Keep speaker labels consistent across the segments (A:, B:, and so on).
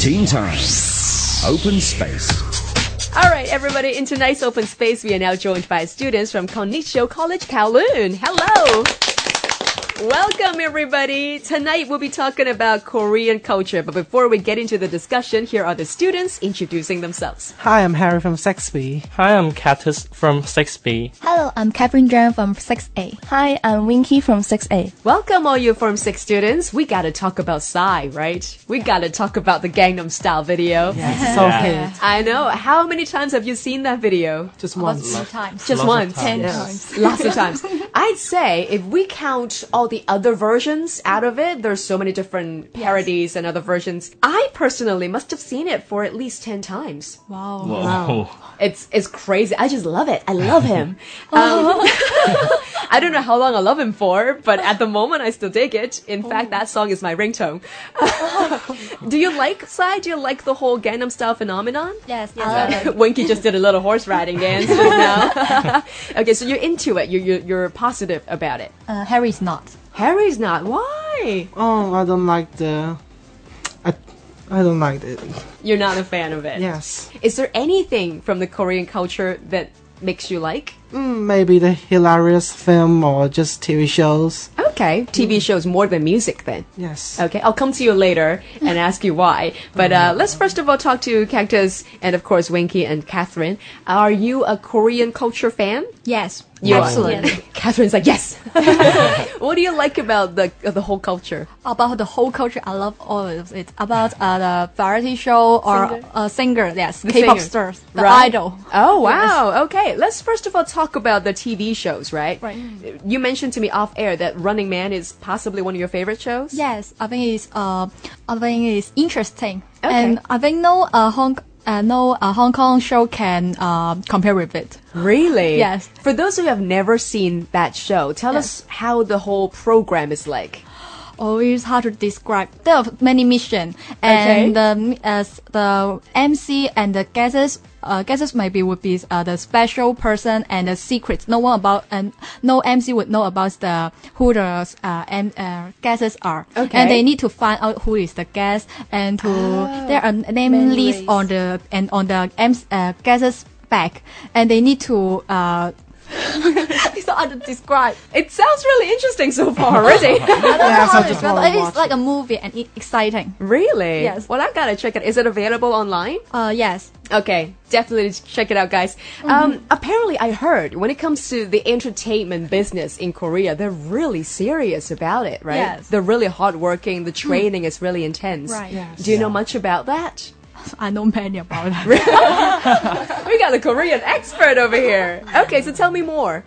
A: Teen Time. Open Space.
B: All right, everybody, in tonight's open space, we are now joined by students from Connichio College, Kowloon. Hello. Welcome, everybody. Tonight, we'll be talking about Korean culture. But before we get into the discussion, here are the students introducing themselves.
C: Hi, I'm Harry from Sexby.
D: Hi, I'm Katus from 6B.
E: Hello, I'm Catherine Jung from 6A. Hi, I'm Winky from 6A.
B: Welcome, all you Form 6 students. We gotta talk about Psy, right? We gotta talk about the Gangnam Style video.
C: So
D: Yeah.
C: hit.
B: I know. How many times have you seen that video?
C: Just once.
E: times.
B: Just once.
E: Ten
B: Yes.
E: times.
B: Lots of times. I'd say if we count all the other versions out of it, there's so many different parodies and other versions. I personally must have seen it for at least 10 times.
E: Wow.
D: Oh.
B: It's it's crazy. I just love it. I love him.
E: Oh.
B: Um, I don't know how long I love him for, but at the moment I still dig it. In
E: Oh.
B: fact, that song is my ringtone. Do you like Psy? Do you like the whole Gangnam Style phenomenon?
E: Yes, I love it.
B: Winky just did a little horse riding dance just now. okay, so you're into it. You're, you're, you're positive about it.
E: Uh, Harry's not.
B: Harry's not. Why?
C: Oh, I don't like the. I, I don't like it.
B: You're not a fan of it.
C: Yes.
B: Is there anything from the Korean culture that makes you like?
C: Mm, maybe the hilarious film or just TV shows. Uh,
B: Okay, TV shows more than music then.
C: Yes.
B: Okay, I'll come to you later and ask you why. But uh, let's first of all talk to Cactus and, of course, Winky and Catherine. Are you a Korean culture fan?
E: Yes.
B: You are.
E: absolutely.
B: Catherine's like, yes. what do you like about the the whole culture?
E: About the whole culture, I love all of it. About uh, the variety show or
B: Singer.
E: uh, singer, yes,
B: The
E: K-pop
B: singer.
E: stars, the
B: Right.
E: idol.
B: Oh wow. Okay. Let's first of all talk about the TV shows, right?
E: Right.
B: You mentioned to me off air that Running Man is possibly one of your favorite shows.
E: Yes, I think it's uh, I think it's interesting,
B: Okay.
E: and I think no uh, Hong uh, no uh, Hong Kong show can uh, compare with it.
B: Really?
E: Yes.
B: For those who have never seen that show, tell us how the whole program is like.
E: always hard to describe. There are many missions, and the as the MC and the guesses. Uh, guesses maybe would be uh, the special person and the secret. No one about and no MC would know about the who the uh, M, uh guesses are.
B: Okay.
E: And they need to find out who is the guest and to
C: Ah,
E: there are name list on the and on the MC, uh, guesses back and they need to uh. it's hard to describe.
B: It sounds really interesting so far already.
C: Yes, I
E: But
C: just want to watch.
E: it's like a movie and it, exciting.
B: really?
E: Yes.
B: Well, I gotta check it. Is it available online?
E: Uh, yes.
B: Okay, definitely check it out, guys. Um, apparently, I heard when it comes to the entertainment business in Korea, they're really serious about it, right?
E: Yes.
B: They're really hardworking. The training is really intense.
E: Right. Yes.
B: Do you know much about that?
E: I know many about that.
B: We got a Korean expert over here. Okay, so tell me more.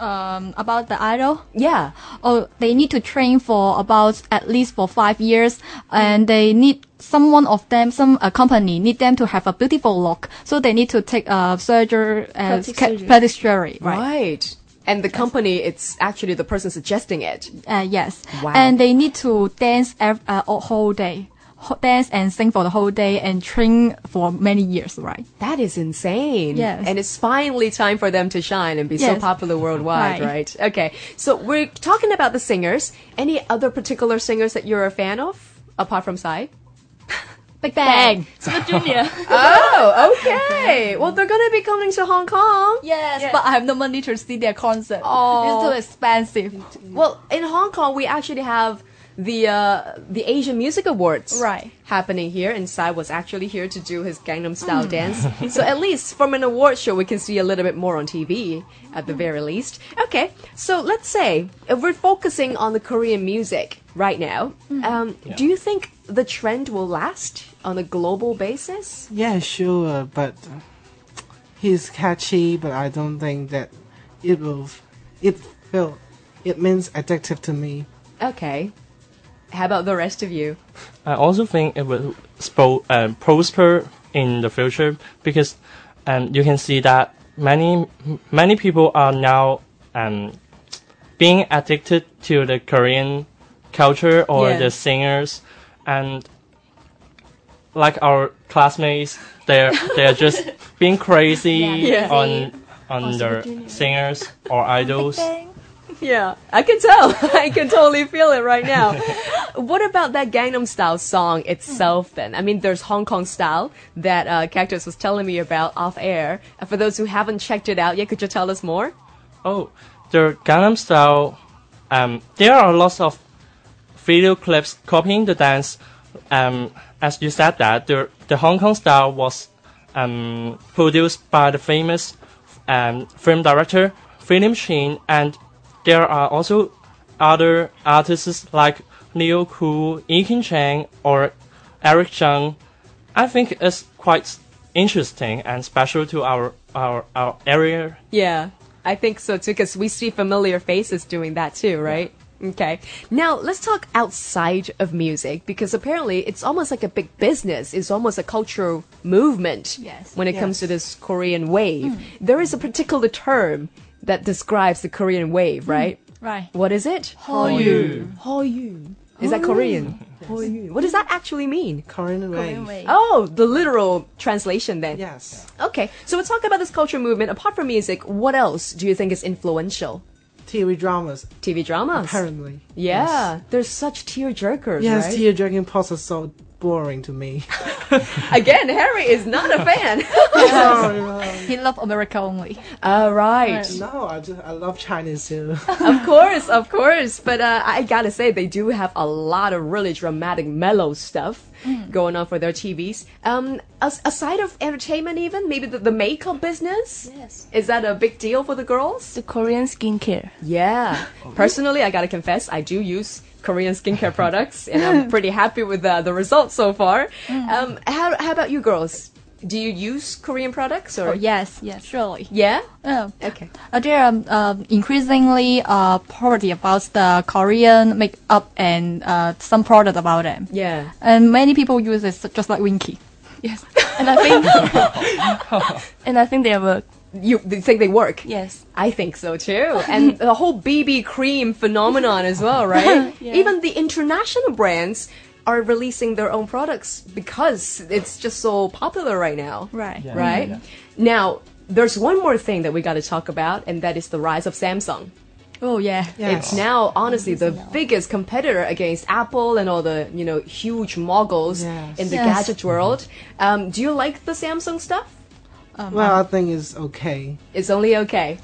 E: um, about the idol.
B: Yeah.
E: Oh, they need to train for about at least for five years, and they need someone of them, some uh, company need them to have a beautiful look. So they need to take uh, surgery, uh,
F: Plastic
E: ca-
F: surgery.
E: plastic surgery,
B: Right.
E: right?
B: And the company, it's actually the person suggesting it.
E: Uh, yes.
B: Wow.
E: And they need to dance ev- uh, all- whole day, Ho- dance and sing for the whole day, and train for many years, right?
B: That is insane.
E: Yes.
B: And it's finally time for them to shine and be so
E: Yes.
B: popular worldwide, right.
E: Right.
B: Okay. So we're talking about the singers. Any other particular singers that you're a fan of apart from Psy?
E: Big Bang.
B: Oh, okay. Well, they're going to be coming to Hong Kong.
E: Yes, but I have no money to see their concert.
B: Oh.
E: It's too expensive.
B: Well, in Hong Kong, we actually have the uh, the Asian Music Awards
E: Right.
B: happening here, and Psy was actually here to do his Gangnam Style dance. so at least from an award show, we can see a little bit more on TV at the very least. Okay, so let's say if we're focusing on the Korean music right now, um, do you think the trend will last on a global basis?
C: Yeah, sure, but he's catchy, but I don't think that it will. It feel. It means addictive to me.
B: Okay, how about the rest of you?
D: I also think it will spo- uh, prosper in the future because um, you can see that many many people are now um, being addicted to the Korean culture or
B: Yeah.
D: the singers and like our classmates they're they're just being crazy
B: Yeah.
D: on on their singers or idols
B: Yeah, I can tell. I can totally feel it right now. what about that Gangnam Style song itself then? I mean, there's Hong Kong Style that uh, Cactus was telling me about off air. Uh, For those who haven't checked it out yet, could you tell us more?
D: Oh, the Gangnam Style. Um, there are lots of video clips copying the dance. Um, as you said that the the Hong Kong style was um, produced by the famous um, film director Philip Chin, and there are also other artists like Leo Koo, Yikin Chang, or Eric Chung. I think it's quite interesting and special to our our, our area
B: Yeah, I think so too, because we see familiar faces doing that too, right? Okay. Now, let's talk outside of music, because apparently it's almost like a big business. It's almost a cultural movement
E: Yes. Hmm.
B: when it comes to
C: Yes.
B: this Korean wave. There is a particular term that describes the Korean wave, right?
E: Right.
B: What is it?
E: Hmm. Hoyu. Oh.
B: Hoyun. Is that Korean? Hoyun. What does that actually mean?
C: Korean wave.
B: Oh, the literal translation then.
C: Yes.
B: Okay, so we're talking about this culture movement. Apart from music, what else do you think is influential?
C: TV dramas,
B: TV dramas.
C: apparently.
B: Yeah, there's such tear jerkers,
C: Yes,
B: right?
C: Tear Dragon Pulse is so boring to me.
B: Again, Harry is not a fan.
E: He love America only.
B: All right.
C: no, I just I love Chinese too.
B: of course, of course. But uh, I gotta say, they do have a lot of really dramatic, mellow stuff going on for their TVs. Um, as- aside of entertainment, even maybe the, the makeup business.
F: Yes.
B: Is that a big deal for the girls?
F: The Korean skincare.
B: Yeah.
E: Oh,
B: Personally, I gotta confess, I do use Korean skincare products, and I'm pretty happy with uh, the results so far.
E: Mm.
B: Um, how, how about you girls? Do you use Korean products or?
E: Oh, yes, yes, surely.
B: Yeah.
E: Oh.
B: Okay.
E: Uh, there are um, increasingly uh, poverty about the Korean makeup and uh, some product about them.
B: Yeah.
E: And many people use it just like Winky.
F: Yes. And I think And I think they work.
B: You they think they work?
F: Yes.
B: I think so too. And the whole BB cream phenomenon as well, right? Even the international brands are releasing their own products because it's just so popular right now.
F: Right. Yeah.
B: Right? Now, there's one more thing that we got to talk about, and that is the rise of Samsung.
E: Oh yeah.
B: It's now honestly the biggest competitor against Apple and all the you know huge moguls
C: Yes.
B: in the
E: Yes.
B: gadget world. Um, do you like the Samsung stuff?
C: well, I think it's okay.
B: It's only okay.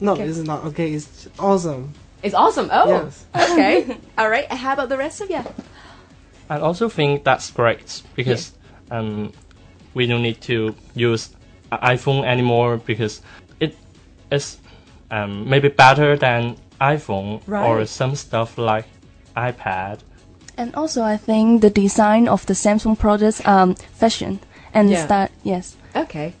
C: No, it's not Um, okay. It's awesome.
B: It's awesome. Oh,
C: Yes.
B: okay. All right. And How about the rest of you?
D: I also think that's great because um, we don't need to use i- iPhone anymore because it is um, maybe better than iPhone or
B: Right.
D: some stuff like iPad.
F: And also I think the design of the Samsung products um fashion and
B: Yeah.
F: style yes.
B: Okay.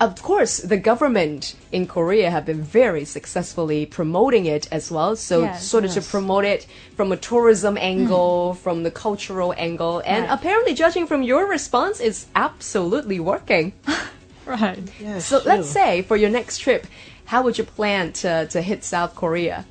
B: Of course, the government in Korea have been very successfully promoting it as well. So,
E: Yes, Hmm.
B: sort of to promote it from a tourism angle, from the cultural angle, and apparently, judging from your response, it's absolutely working.
E: Right.
C: Yes,
B: So, let's
C: sure.
B: say for your next trip, how would you plan to, to hit South Korea?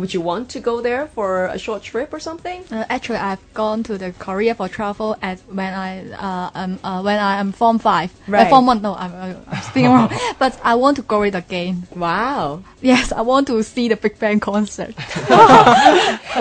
B: Would you want to go there for a short trip or something?
E: Uh, actually, I've gone to the Korea for travel at when I uh, um, uh, when I am form five, Uh,
B: Right.
E: form one. No, I'm, uh, I'm speaking wrong. But I want to go it again.
B: Wow.
E: Yes, I want to see the Big Bang concert.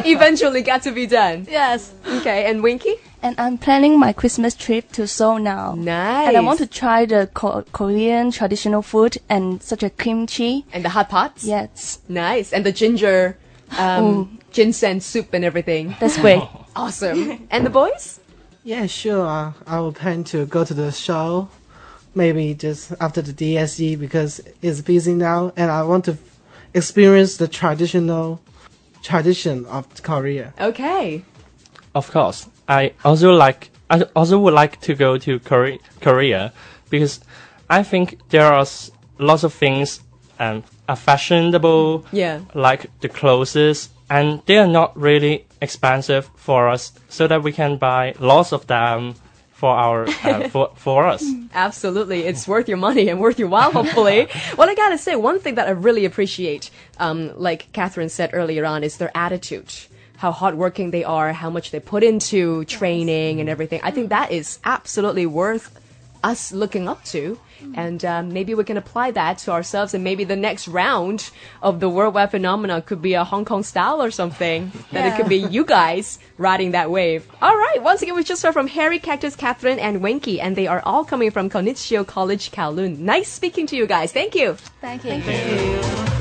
B: Eventually got to be done.
E: yes.
B: Okay, and Winky?
F: And I'm planning my Christmas trip to Seoul now.
B: Nice.
F: And I want to try the co- Korean traditional food and such as kimchi.
B: And the hot pots?
F: Yes,
B: Nice. And the ginger, um, ginseng soup and everything.
F: that's great.
B: Awesome. and the boys?
C: Yeah, sure. I, I will plan to go to the show, maybe just after the DSE because it's busy now, and I want to experience the traditional tradition of Korea.
B: Okay.
D: Of course, I also like. I also would like to go to Korea, Korea because I think there are s- lots of things um, are fashionable.
B: Yeah.
D: like the clothes, and they are not really expensive for us, so that we can buy lots of them for our uh, for for us.
B: Absolutely. It's worth your money and worth your while, hopefully. well, I gotta say, one thing that I really appreciate, um, like Catherine said earlier on, is their attitude. How hardworking they are, how much they put into training and everything. I think that is absolutely worth us looking up to. And um, maybe we can apply that to ourselves, and maybe the next round of the worldwide phenomena could be a Hong Kong style or something. That it could be you guys riding that wave. All right, once again, we just heard from Harry, Cactus, Catherine, and Winky, and they are all coming from Konichio College, Kowloon. Nice speaking to you guys. Thank you.
E: Thank you.
D: Yeah.